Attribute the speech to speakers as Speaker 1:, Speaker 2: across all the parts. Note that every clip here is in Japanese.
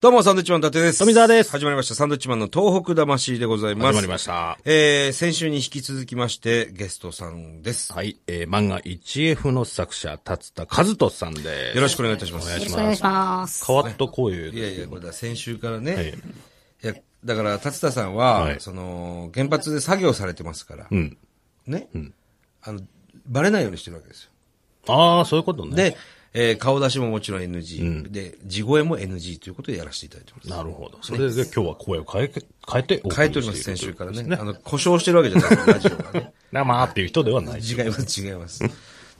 Speaker 1: どうも、サンドウィッチマン伊達です。
Speaker 2: 富澤です
Speaker 1: 始まりました。サンドウィッチマンの東北魂でございます。
Speaker 2: 始まりました
Speaker 1: えー、先週に引き続きまして、ゲストさんです。
Speaker 2: はい、えー、漫画 1F の作者、達田和人さんです。
Speaker 1: よろしくお願いいたします。
Speaker 2: お願いしま
Speaker 3: よろしくお願いします。
Speaker 2: 変わった声
Speaker 1: い
Speaker 2: で
Speaker 1: や
Speaker 2: す
Speaker 1: い
Speaker 2: け
Speaker 1: や、
Speaker 2: ど。
Speaker 1: これだ、先週からね。
Speaker 2: はい
Speaker 1: い、や、だから、達田さんは、
Speaker 2: はい
Speaker 1: その、原発で作業されてますから、
Speaker 2: うん。
Speaker 1: ね、あの、バレないようにしてるわけですよ。
Speaker 2: ああ、そういうことね。
Speaker 1: で、えー顔出しももちろん NG、で、地声も NG ということでやらせていただいてます。
Speaker 2: なるほど。それで今日は声を変え、変えてお送
Speaker 1: 変えております、先週からね。あの、故障してるわけじゃないです、ラジオがね。
Speaker 2: 生っていう人ではない。
Speaker 1: 違います、違います。達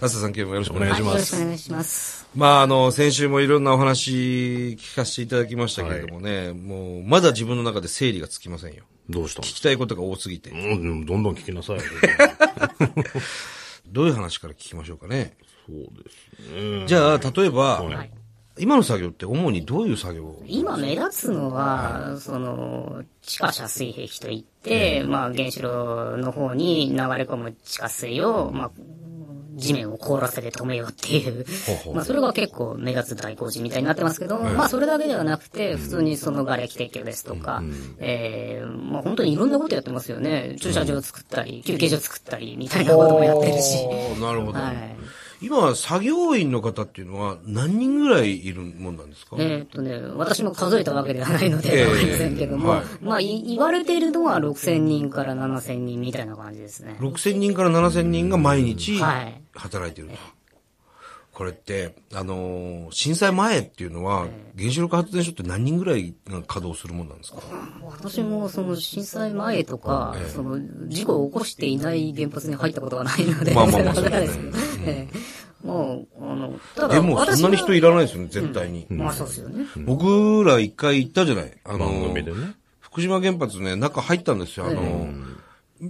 Speaker 1: 田さん、今日もよろしくお願いします。
Speaker 3: よろしくお願いします。
Speaker 1: まあ、あの、先週もいろんなお話聞かせていただきましたけれどもね、もう、まだ自分の中で整理がつきませんよ。
Speaker 2: どうした
Speaker 1: 聞きたいことが多すぎて。
Speaker 2: のうん、どんどん聞き なさい。
Speaker 1: どういう話から聞きましょうかね。
Speaker 2: そうですね。
Speaker 1: じゃあ、例えば、
Speaker 2: はい
Speaker 1: 今の作業って主にどういう作業を
Speaker 3: 今目立つのは、その、地下遮水壁といって、まあ、原子炉の方に流れ込む地下水を、まあ、地面を凍らせて止めようっていう
Speaker 1: うほう。
Speaker 3: まあ、それが結構目立つ大工事みたいになってますけど、まあ、それだけではなくて、普通にその瓦礫撤去ですとか、えーまあ、本当にいろんなことやってますよね。駐車場作ったり、休憩所作ったり、みたいなこともやってるし。
Speaker 1: あーなるほど。
Speaker 3: はい
Speaker 1: 今、作業員の方っていうのは何人ぐらいいるもんなんですか、
Speaker 3: えーっとね、私も数えたわけではないので、わかりませんけども、
Speaker 1: はい
Speaker 3: まあ、い言われているのは6000人から7000人みたいな感じですね。
Speaker 1: 6000人から7000人が毎日
Speaker 3: はい
Speaker 1: 働いてると。これって、あのー震災前っていうのは、原子力発電所って何人ぐらいが稼働するもんなんですか
Speaker 3: 私もその震災前とか、その事故を起こしていない原発に入ったことがないので、
Speaker 1: まあまあまあ
Speaker 3: わからないですけど、ええもう、あの、ただ、
Speaker 1: でも、そんなに
Speaker 3: 私
Speaker 1: 人
Speaker 3: はい
Speaker 1: らないですよね、絶対に。
Speaker 3: まあそうですよね。
Speaker 1: 僕ら一回行ったじゃないあの
Speaker 2: 番
Speaker 1: ー
Speaker 2: 組でね。
Speaker 1: 福島原発ね、中入ったんですよ。あのー、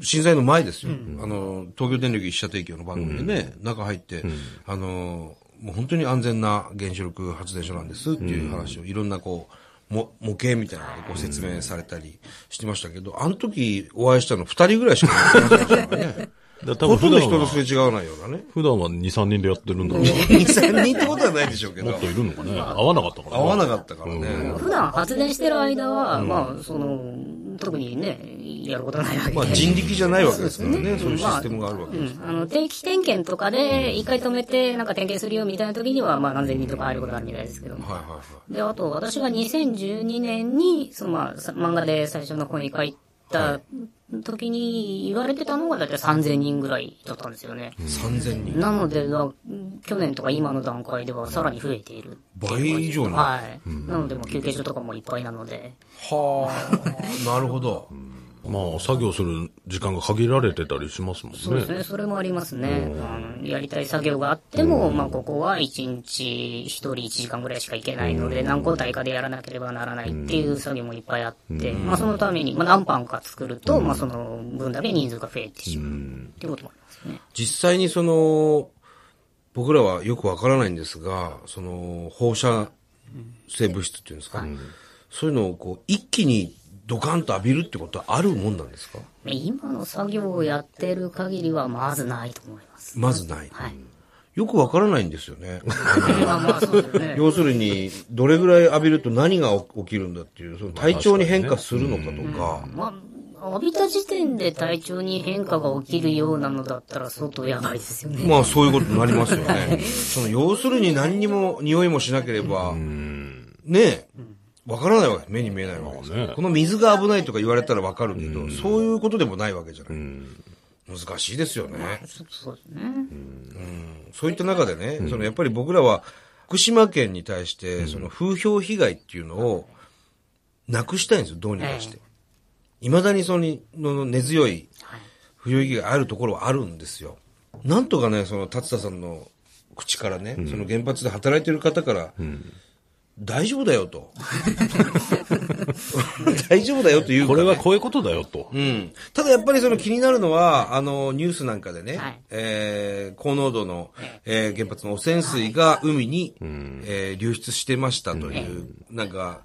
Speaker 1: 震災の前ですよ。あのー、東京電力一社提供の番組でね、中入って、あのー、もう本当に安全な原子力発電所なんですっていう話を、いろんなこう、も模型みたいなのでこう説明されたりしてましたけど、あの時お会いしたの二人ぐらいしかいなかったからね。
Speaker 2: だから
Speaker 1: ほとん
Speaker 2: 多分普
Speaker 1: ど
Speaker 2: 段
Speaker 1: 人と
Speaker 2: は、
Speaker 1: すれ違わないようなね。
Speaker 2: 普段は2、3人でやってるんだろうな
Speaker 1: 2、3人ってことはないでしょうけど
Speaker 2: もっ。といるのかね。合わなかったから
Speaker 1: 合わな
Speaker 2: か
Speaker 1: かったからね。
Speaker 3: 普段発電してる間は、まあ、その、特にね、やることないわけで。
Speaker 1: まあ人力じゃないわけですからね、そういうシステムがあるわけです。
Speaker 3: あの、定期点検とかで、一回止めて、なんか点検するよみたいな時には、まあ何千人とか入ることあるみたいですけども。
Speaker 1: はいはいはい。
Speaker 3: で、あと、私が2012年に、そのまあ、さ漫画で最初の方に書いた時に言われてたのが、だいたい3000人ぐらいだったんですよね。
Speaker 1: 3000人。
Speaker 3: なので、な去年とか今の段階ではさらに増えている。
Speaker 1: 倍以上な。は
Speaker 3: はい。なので、もう休憩所とかもいっぱいなので。
Speaker 1: あ、なるほど。
Speaker 2: まあ、作業する時間が限られてたりしますもんね。
Speaker 3: そうですね、それもありますね。あのやりたい作業があっても、まあ、ここは1日1人1時間ぐらいしか行けないので、何交代かでやらなければならないっていう作業もいっぱいあって、まあ、そのために、まあ、何班か作ると、まあ、その分だけ人数が増えてしまうっていうこともありますね。
Speaker 1: 実際にその、僕らはよくわからないんですが、その、放射性物質っていうんですか、そういうのをこう、一気にドカンと浴びるってことはあるもんなんですか
Speaker 3: まあ今の作業をやってる限りは、まずないと思い ます。
Speaker 1: まずない。
Speaker 3: はい。
Speaker 1: よくわからないんですよね。
Speaker 3: まあまあ、そうですね。
Speaker 1: 要するに、どれぐらい浴びると何が起きるんだっていう、その体調に変化するのかとか、
Speaker 3: まあ、浴びた時点で体調に変化が起きるようなのだったら、相当やばいですよね。
Speaker 1: まあそういうことになりますよね。その要するに何にも匂いもしなければ、ねえ、わからないわけ。目に見えないわけです、
Speaker 2: まあね
Speaker 1: この水が危ないとか言われたらわかるけど、そういうことでもないわけじゃない。難しいですよね。
Speaker 3: そうですね。
Speaker 1: そういった中でね、そのやっぱり僕らは福島県に対して、その風評被害っていうのをなくしたいんですよ、どうにかして。未だにそのの根強い
Speaker 3: はい。
Speaker 1: 不良意義があるところはあるんですよ。なんとかね、その、達田さんの口からね、その原発で働いてる方から、大丈夫だよ と。大丈夫だよというか
Speaker 2: こ
Speaker 1: ね、
Speaker 2: れはこういうことだよと。
Speaker 1: うん。ただやっぱりその気になるのは、あの、ニュースなんかでね、
Speaker 3: はい
Speaker 1: えー高濃度の、えー原発の汚染水が海に、えー流出してましたという、なんか、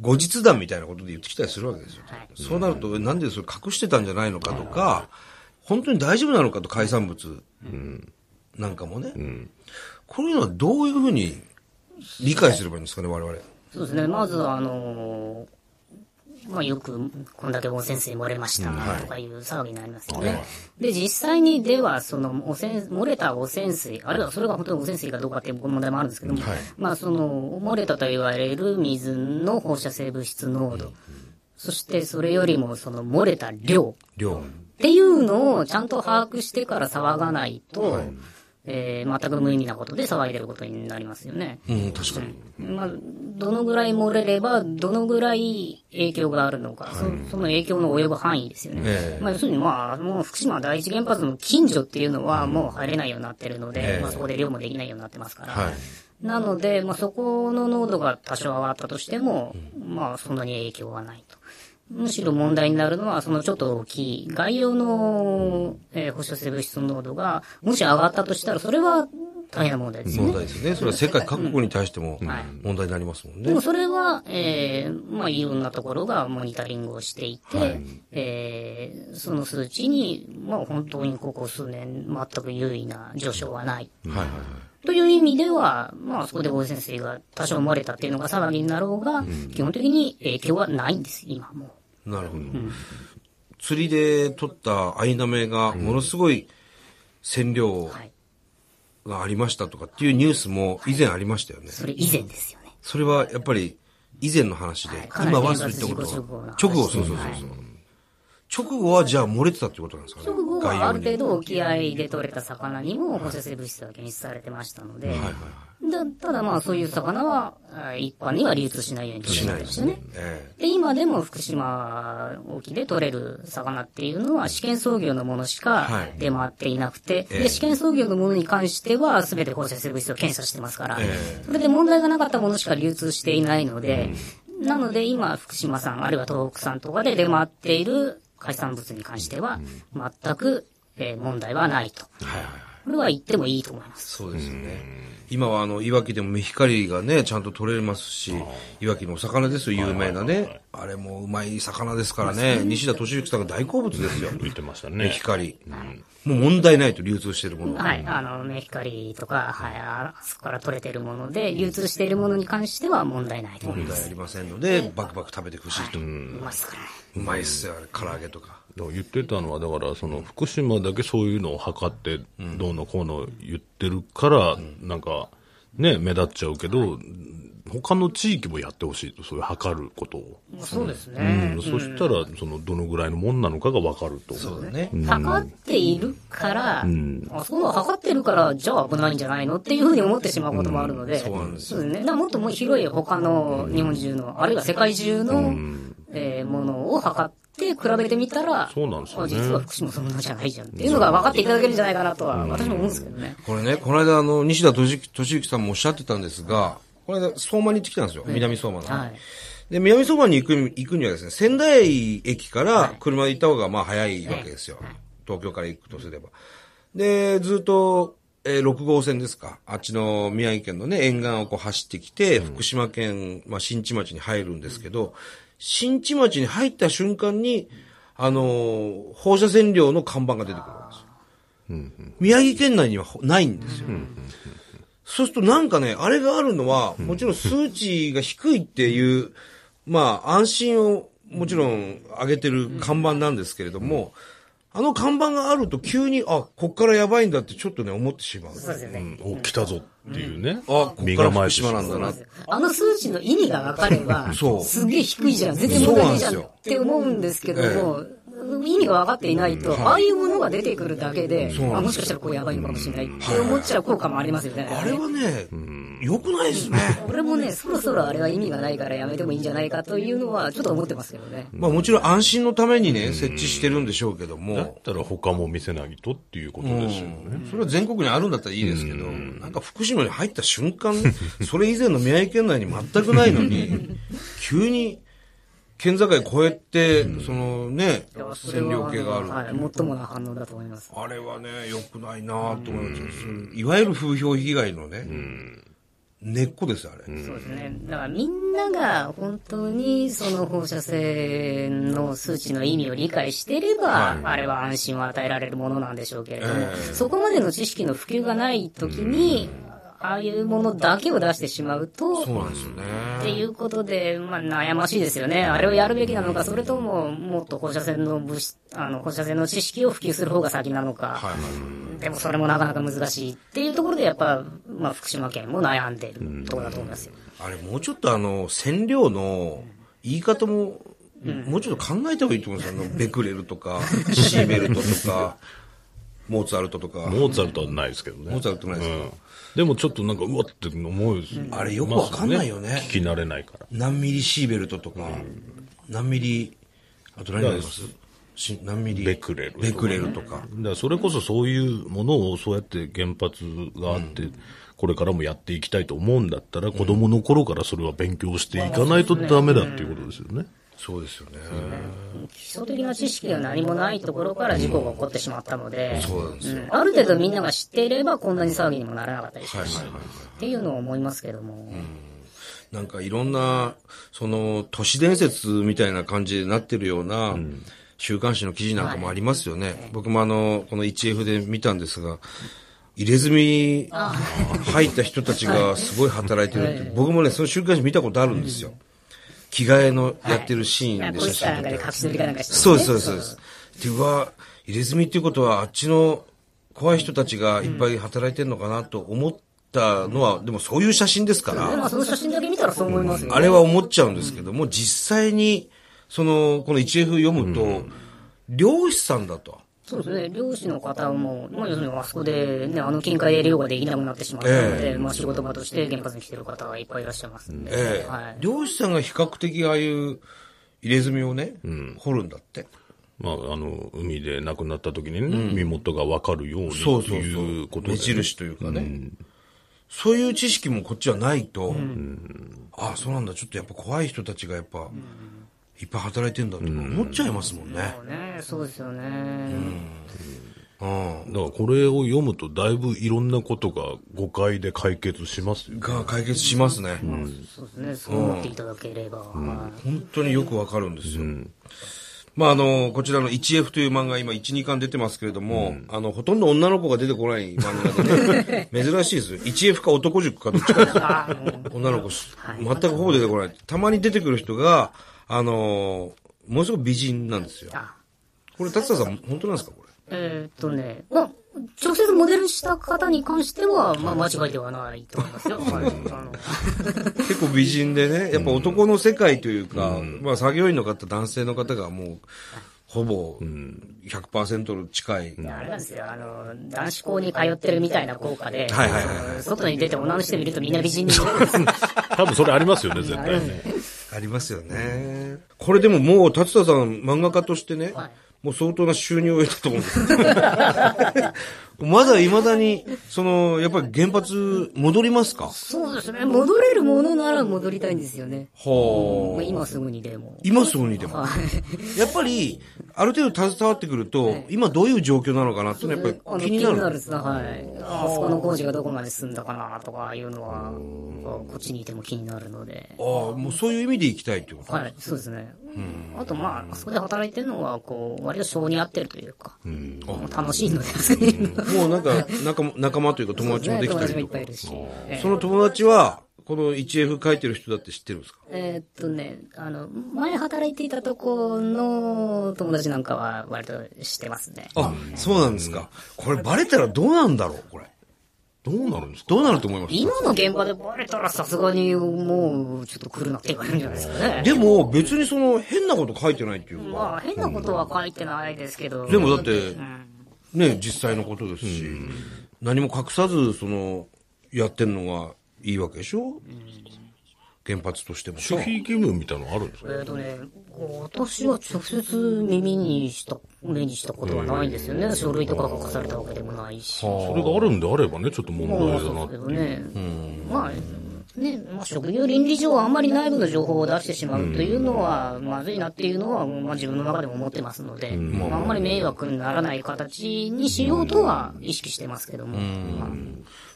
Speaker 1: 後日談みたいなことで言ってきたりするわけですよ。
Speaker 3: はい
Speaker 1: そうなると、なんでそれ隠してたんじゃないのかとか、本当に大丈夫なのかと海産物、なんかもね、こういうのはどういうふうに理解すればいいんですかね、我々。
Speaker 3: そうですね。まず、あのまあ、よく、こんだけ温泉水漏れました、とかいう騒ぎになりますよね。で、実際に、では、その、汚染、漏れた汚染水、あるいはそれが本当に汚染水かどうかっていう問題もあるんですけども、まあ、その、漏れたと言われる水の放射性物質濃度、そして、それよりも、その、漏れた量、
Speaker 2: 量。
Speaker 3: っていうのをちゃんと把握してから騒がないと、えー全く無意味なことで騒いでることになりますよね。
Speaker 1: うん、確かに。
Speaker 3: まあ、どのぐらい漏れれば、どのぐらい影響があるのか、そその影響の及ぶ範囲ですよね。
Speaker 2: ええ
Speaker 3: まあ、要するに、まあ、もう福島第一原発の近所っていうのはもう入れないようになってるので、まあ、そこで漁もできないようになってますから。
Speaker 1: はい。
Speaker 3: なので、まあ、そこの濃度が多少上がったとしても、まあ、そんなに影響はないと。むしろ問題になるのは、そのちょっと大きい外洋の、えー放射性物質の濃度が、もし上がったとしたら、それは大変な問題ですよね
Speaker 1: 問。題ですね。それは世界各国に対しても
Speaker 3: はい
Speaker 1: 問題になりますもん
Speaker 3: で
Speaker 1: ね
Speaker 3: も。それは、えーまあ、いろんなところがモニタリングをしていて、えーその数値に、まあ、本当にここ数年、全く優位な上昇はない。
Speaker 1: はいはいはい。
Speaker 3: という意味では、まあ、そこで大江先生が多少漏れたっていうのが騒ぎになろうが、基本的に影響はないんです、今も
Speaker 1: なるほど。釣りで取ったアイナメがものすごい染
Speaker 3: う。
Speaker 1: 料
Speaker 3: はい。
Speaker 1: がありましたとかっていうニュースも以前ありましたよね。
Speaker 3: それ以前ですよね。
Speaker 1: それはやっぱり以前の話で、
Speaker 3: はいかなり
Speaker 1: 今はそういったこと
Speaker 3: 原発事故直
Speaker 1: は
Speaker 3: 後の話
Speaker 1: 直後、そうそうそうそう。直後はじゃあ漏れてたってことなんですかね。
Speaker 3: 直後はある
Speaker 1: 概
Speaker 3: 程度沖合で取れた魚にも放射性物質が検出されてましたので、だただまあそういう魚はあ一般には流通しないように
Speaker 1: 要にし
Speaker 3: 決ま
Speaker 1: ないで
Speaker 3: ってまし
Speaker 1: す
Speaker 3: た
Speaker 1: ね
Speaker 3: ね。。
Speaker 1: え
Speaker 3: で、今でも福島沖で取れる魚っていうのは試験操業のものし
Speaker 1: は
Speaker 3: か
Speaker 1: い
Speaker 3: 出回っていなくて、
Speaker 1: ええ
Speaker 3: で、試験操業のものに関しては全て放射性物質を検査してますから、
Speaker 1: え
Speaker 3: それで問題がなかったものしか流通していないので、なので今福島産あるいは東北産とかで出回っている海産物に関しては全く、えー問題はないと。
Speaker 1: えはいはいはい。
Speaker 3: これは言ってもいいと思います。
Speaker 1: そうですよね。今はあの、いわきでもメヒカリがね、ちゃんと取れますし、いわきのお魚ですよ、有名なね。あれもうまい魚ですからね。西田敏行さんが大好物ですよ。
Speaker 2: 言ってました
Speaker 1: メ
Speaker 2: ね
Speaker 1: ヒ。カリ。もう問題ないと流通してるもの。
Speaker 3: はい、あの、メヒカリとか、はい、あそこから取れてるもので、流通しているものに関しては問題ないと思い
Speaker 1: 問
Speaker 3: ま
Speaker 1: 題あ
Speaker 3: す。
Speaker 1: りませんので、バクバク食べてほしいと。
Speaker 3: うますからね。
Speaker 1: うまいっすよ、あれ、唐揚げとか。
Speaker 2: だから言ってたのは、だから、その、福島だけそういうのを測って、どうのこうの言ってるから、なんか、ね、目立っちゃうけど、他の地域もやってほしいと、そういう測ることを。
Speaker 3: まあそうです
Speaker 2: う
Speaker 3: ね
Speaker 2: ん。そしたら、その、どのぐらいのもんなのかがわかると。
Speaker 1: そうだね。
Speaker 3: 測っているから、あそこは測ってるから、じゃあ危ないんじゃないのっていうふうに思ってしまうこともあるので、そう
Speaker 1: なんです
Speaker 3: ね。だからもっともう広い他の日本中の、あるいは世界中の、えーものを測って比べてみたら、
Speaker 2: そうなんですよね
Speaker 3: あ実は福島そんなじゃないじゃんっていうのが分かっていただけるんじゃないかなとは、私も思うんですけどね。
Speaker 1: これね、この間、あの、西田敏行敏行さんもおっしゃってたんですが、この間、相馬に行ってきたんですよ。南相馬の。
Speaker 3: はい。
Speaker 1: で、南相馬に行く、行くにはですね、仙台駅から車で行った方がまあ早いわけですよ。東京から行くとすれば。で、ずっと、えー6号線ですか。あっちの宮城県のね、沿岸をこう走ってきて、福島県、まあ新地町に入るんですけど、新地町に入った瞬間に、あのー放射線量の看板が出てくるわけですよ。宮城県内にはほないんですよ。そうするとなんかね、あれがあるのは、もちろん数値が低いっていう、まあ安心をもちろん上げてる看板なんですけれども、あの看板があると急に、あ、こっからやばいんだってちょっとね、思ってしまう。
Speaker 3: そうですよね。
Speaker 2: お、来たぞっていう
Speaker 1: あ、
Speaker 2: ね。
Speaker 1: こっ
Speaker 2: 身
Speaker 1: から
Speaker 2: 構
Speaker 1: 福
Speaker 2: えてしま
Speaker 1: 島な
Speaker 2: う
Speaker 1: んだな。
Speaker 3: あの数値の意味が分かれば、
Speaker 1: そう
Speaker 3: すげえ低いじゃん、全然問題ないじゃん
Speaker 1: そう
Speaker 3: っ
Speaker 1: なんで
Speaker 3: て思うんですけども、意味が分かっていないと、ああいうものが出てくるだけで、あもしかしたらこうやばいのかもしれないって思っちゃう効果もありますよね。
Speaker 1: あれはね、良くない ですね。
Speaker 3: 俺もね、そろそろあれは意味がないからやめてもいいんじゃないかというのは、ちょっと思ってますけどね。
Speaker 1: まあもちろん安心のためにね、設置してるんでしょうけど
Speaker 2: だっ
Speaker 1: も、
Speaker 2: たら他も見せないとっていうことですよね。
Speaker 1: それは全国にあるんだったらいいですけど、なんか福島に入った瞬間、 それ以前の宮城県内に全くないの に、急に県境越えて、そのね、線量計がある。
Speaker 3: はい、もっともな反応だと思います。
Speaker 1: あれはね、良くないなぁと思います、いわゆる風評被害のね、根っこですよ、あれ。
Speaker 3: そうですね。だからみんなが本当にその放射線の数値の意味を理解していれば、あれは安心を与えられるものなんでしょうけれども、そこまでの知識の普及がない時に、ああいうものだけを出してしまうと、
Speaker 1: そうなんですよね。
Speaker 3: っていうことで、まあ、悩ましいですよね。あれをやるべきなのか、それとも、もっと放射線の物質、あの、放射線の知識を普及する方が先なのか。
Speaker 1: はいはいはい。
Speaker 3: でも、それもなかなか難しいっていうところで、やっぱ、まあ、福島県も悩んでいるところだと思いますよ。
Speaker 1: あれ、もうちょっとあの、線量の言い方も、もうちょっと考えた方がいいと思うんですよ。あの、ベクレルとか、シーベルトとか、モーツァルトとか。
Speaker 2: モーツァルトはないですけどね。
Speaker 1: モーツァルトないですけど
Speaker 2: うんでもちょっとなんか、うわって思うですよ
Speaker 1: あれよくわかんないよね
Speaker 2: まあそう聞き慣れないから。
Speaker 1: 何ミリシーベルトとか、何ミリ、あと何になりますし何ミリ
Speaker 2: ベクレル
Speaker 1: ベクレルとか。
Speaker 2: だからそれこそそういうものをそうやって原発があって、これからもやっていきたいと思うんだったら、子供の頃からそれは勉強していかないとダメだっていうことですよね。
Speaker 1: そうですよね。
Speaker 3: 基礎的な知識が何もないところから事故が起こってしまったので、
Speaker 1: そうなんですよ。
Speaker 3: うんある程度みんなが知っていれば、こんなに騒ぎにもならなかったりしますし、っていうのを思いますけども。
Speaker 1: なんかいろんな、その、都市伝説みたいな感じになってるような、週刊誌の記事なんかもありますよね。僕もあの、この 1F で見たんですが、入れ墨入った人たちがすごい働いてるって、僕もね、その週刊誌見たことあるんですよ。着替えのやってるシーンで
Speaker 3: こい
Speaker 1: 写
Speaker 3: つか
Speaker 1: 真
Speaker 3: な
Speaker 1: 撮って
Speaker 3: んかで隠し撮りかなんかして、ね。
Speaker 1: そうです、そうです、そうです。っていうか、入れ墨っていうことは、あっちの怖い人たちがいっぱい働いてるのかなと思ったのは、でもそういう写真ですから。
Speaker 3: でまあ、その写真だけ見たらそう思いますよ、ね
Speaker 1: あれは思っちゃうんですけども、実際に、その、この 1F 読むと、漁師さんだと。
Speaker 3: そうですね。漁師の方も、まあ、要するにあそこで、ね、あの近海で漁ができなくなってしまったので、まあ、仕事場として原発に来てる方がいっぱいいらっしゃいますんで、
Speaker 1: ええ
Speaker 3: はい。
Speaker 1: 漁師さんが比較的ああいう入れ墨をね、掘るんだって。
Speaker 2: まあ、あの、海で亡くなった時にね、身元がわかるように
Speaker 1: そう
Speaker 2: と
Speaker 1: そうそう
Speaker 2: いうこと
Speaker 1: 目
Speaker 2: で、
Speaker 1: 印というかね、そういう知識もこっちはないと、ああ、そうなんだ、ちょっとやっぱ怖い人たちがやっぱ、いっぱい働いてんだとか思っちゃいますもんね。
Speaker 3: そうね、そうですよね。
Speaker 1: うん。
Speaker 2: だからこれを読むとだいぶいろんなことが誤解で解決します よ。
Speaker 1: が解決しますね。
Speaker 3: そうですね。そう思っていただければ。はい
Speaker 1: 本当によくわかるんですよ。まあ、あの、こちらの 1F という漫画、今1、2巻出てますけれども、あの、ほとんど女の子が出てこない漫画 でね、珍しいですよ。1F か男塾かどっちかですよ。
Speaker 3: あの
Speaker 1: 女の子し、全くほぼ出てこない。たまに出てくる人が、あの、ものすごく美人なんですよ。
Speaker 3: あ
Speaker 1: これ、達田さん、本当なんですかこれ。
Speaker 3: えーっとね、まあ、直接モデルした方に関しては、まあ、間違いではないと思いますよ。はい。あの
Speaker 1: 結構美人でね、やっぱ男の世界というか、まあ、作業員の方、男性の方がもう、ほぼ100%近い。
Speaker 3: あれなんですよ、あの、男子校に通ってるみたいな効果で、
Speaker 1: はいはいはい
Speaker 3: あの外に出て女の人見るとみんな美人に 見えるんですよ
Speaker 2: 多分それありますよね、絶対ね。
Speaker 1: ありますよね。これでももう、達田さん、漫画家としてね、もう相当な収入を得たと思うんですよまだ未だに、その、やっぱり原発戻りますか
Speaker 3: そうですね、戻れるものなら戻りたいんですよね。も
Speaker 1: は
Speaker 3: う
Speaker 1: あ。
Speaker 3: 今すぐにでも。
Speaker 1: 今すぐにでも。やっぱり、ある程度携わってくると、今どういう状況なのかなっていうのはやっ
Speaker 3: あ
Speaker 1: ぱ
Speaker 3: の
Speaker 1: り気
Speaker 3: 気に
Speaker 1: に
Speaker 3: な
Speaker 1: な
Speaker 3: るん
Speaker 1: る。
Speaker 3: ですな、はい。あそこの工事がどこまで進んだかなとかいうのは、こっちにいても気になるので。
Speaker 1: ああ、もうそういう意味で行きたいってこと。
Speaker 3: はい、そうですね。あと、まあ、あそこで働いてるのは、こう、割と性に合ってるというか、もう楽しいので、そう いうの
Speaker 1: もうなんか、仲間仲間というか友達もでき
Speaker 3: 友
Speaker 1: た
Speaker 3: 達もい
Speaker 1: り
Speaker 3: っ
Speaker 1: とか
Speaker 3: ぱいい。るし。ええ
Speaker 1: その友達は、この 1F 書いてる人だって知ってるんですか
Speaker 3: えーっとね、あの、前働いていたとこの友達なんかは割としてますね。
Speaker 1: あ、そうなんですか。これバレたらどうなんだろうこれ。
Speaker 2: どうなるんですか
Speaker 1: どうなると思います
Speaker 3: 今の現場でバレたらさすがにもうちょっと来るなって言われるんじゃないですかね。
Speaker 1: でも別にその変なこと書いてないっていう
Speaker 3: ま
Speaker 1: か、
Speaker 3: あ変なことは書いてないですけど。
Speaker 1: でもだって、ね、実際のことですし、何も隠さず、その、やってんのがいいわけでしょ原発としてもさ。
Speaker 2: 守秘義務みたいなのあるんです
Speaker 3: え
Speaker 2: か
Speaker 3: ーっとね、私は直接耳にした、目にしたことはないんですよね。書類とか書かされたわけでもないし。
Speaker 2: それがあるんであればね、ちょっと問
Speaker 3: まあ
Speaker 2: 題
Speaker 3: そ
Speaker 2: だな
Speaker 3: うですけどね。まあ、ね、まあ、職業倫理上あんまり内部の情報を出してしまうというのは、まずいなっていうのは、まあ自分の中でも思ってますので、まあ、あんまり迷惑にならない形にしようとは意識してますけども。まあ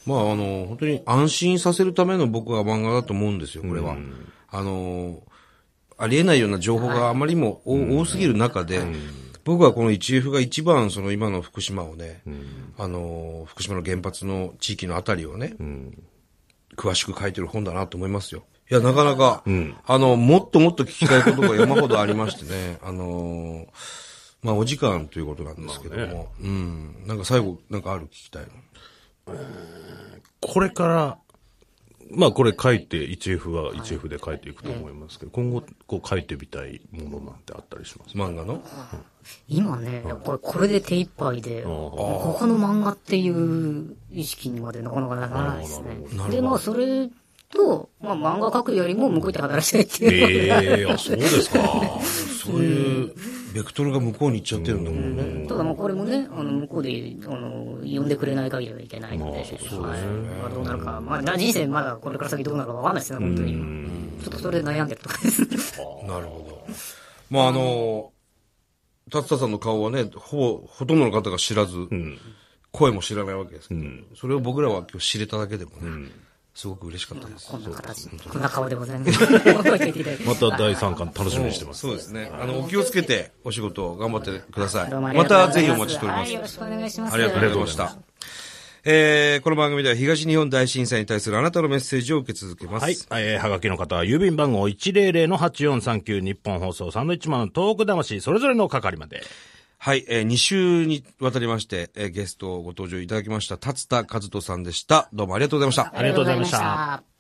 Speaker 1: まああの、本当に安心させるための僕は漫画だと思うんですよ、これは。あの、ありえないような情報があまりにも多,、多すぎる中で、僕はこの 1F が一番その今の福島をね、あの、福島の原発の地域のあたりをね、詳しく書いてる本だなと思いますよ。いや、なかなか、あの、もっともっと聞きたいことが山ほどありましてね、 あのーまあ、お時間ということなんですけども、うん。なんか最後、なんかある聞きたいの。
Speaker 2: これから、まあこれ書いて、1F は 1F で書いていくと思いますけど、今後こう書いてみたいものなんてあったりします
Speaker 1: 漫画の
Speaker 3: 今ね、これ、これで手一杯で、他の漫画っていう意識にまでなかなかならないですね。で、まあ、それと、まあ、漫画描くよりも向こう行って働きたいっていう。
Speaker 2: ええあ、そうですか。
Speaker 1: そういう、ベクトルが向こうに行っちゃってるんだもんね。
Speaker 3: ただまあこれもね、あの、向こうで、あの、呼んでくれない限りはいけないので、はい。まあどうなるか、まあな人生まだこれから先どうなるかわかんないですね、本当に。ちょっとそれで悩んでるとかです。
Speaker 1: なるほど。まあ、あの、達田さんの顔はね、ほぼ、ほとんどの方が知らず、声も知らないわけですけど、それを僕らは今日知れただけでもね、すごく嬉しかったです。
Speaker 3: こんな形、こんな顔でございます。覚えていただいて
Speaker 2: また第3巻楽しみにしてます。
Speaker 1: そうですね。あの、お気をつけてお仕事を頑張ってください。
Speaker 3: どうもあ
Speaker 1: ま
Speaker 3: りがとうご
Speaker 1: た
Speaker 3: ざいす
Speaker 1: ぜひお待ちしておりま
Speaker 3: はい、
Speaker 1: す。
Speaker 3: よろしくお願いします。
Speaker 1: ありがとうございました。えー、この番組では東日本大震災に対するあなたのメッセージを受け続けます。
Speaker 2: はい。えー、はがきの方は、郵便番号100-8439日本放送サンドイッチマンのトーク魂、それぞれの係まで。
Speaker 1: はい、えー、2週にわたりまして、えーゲストをご登場いただきました、達田和人さんでした。どうもありがとうございました。
Speaker 2: ありがとうございました。
Speaker 3: ありがとうございました。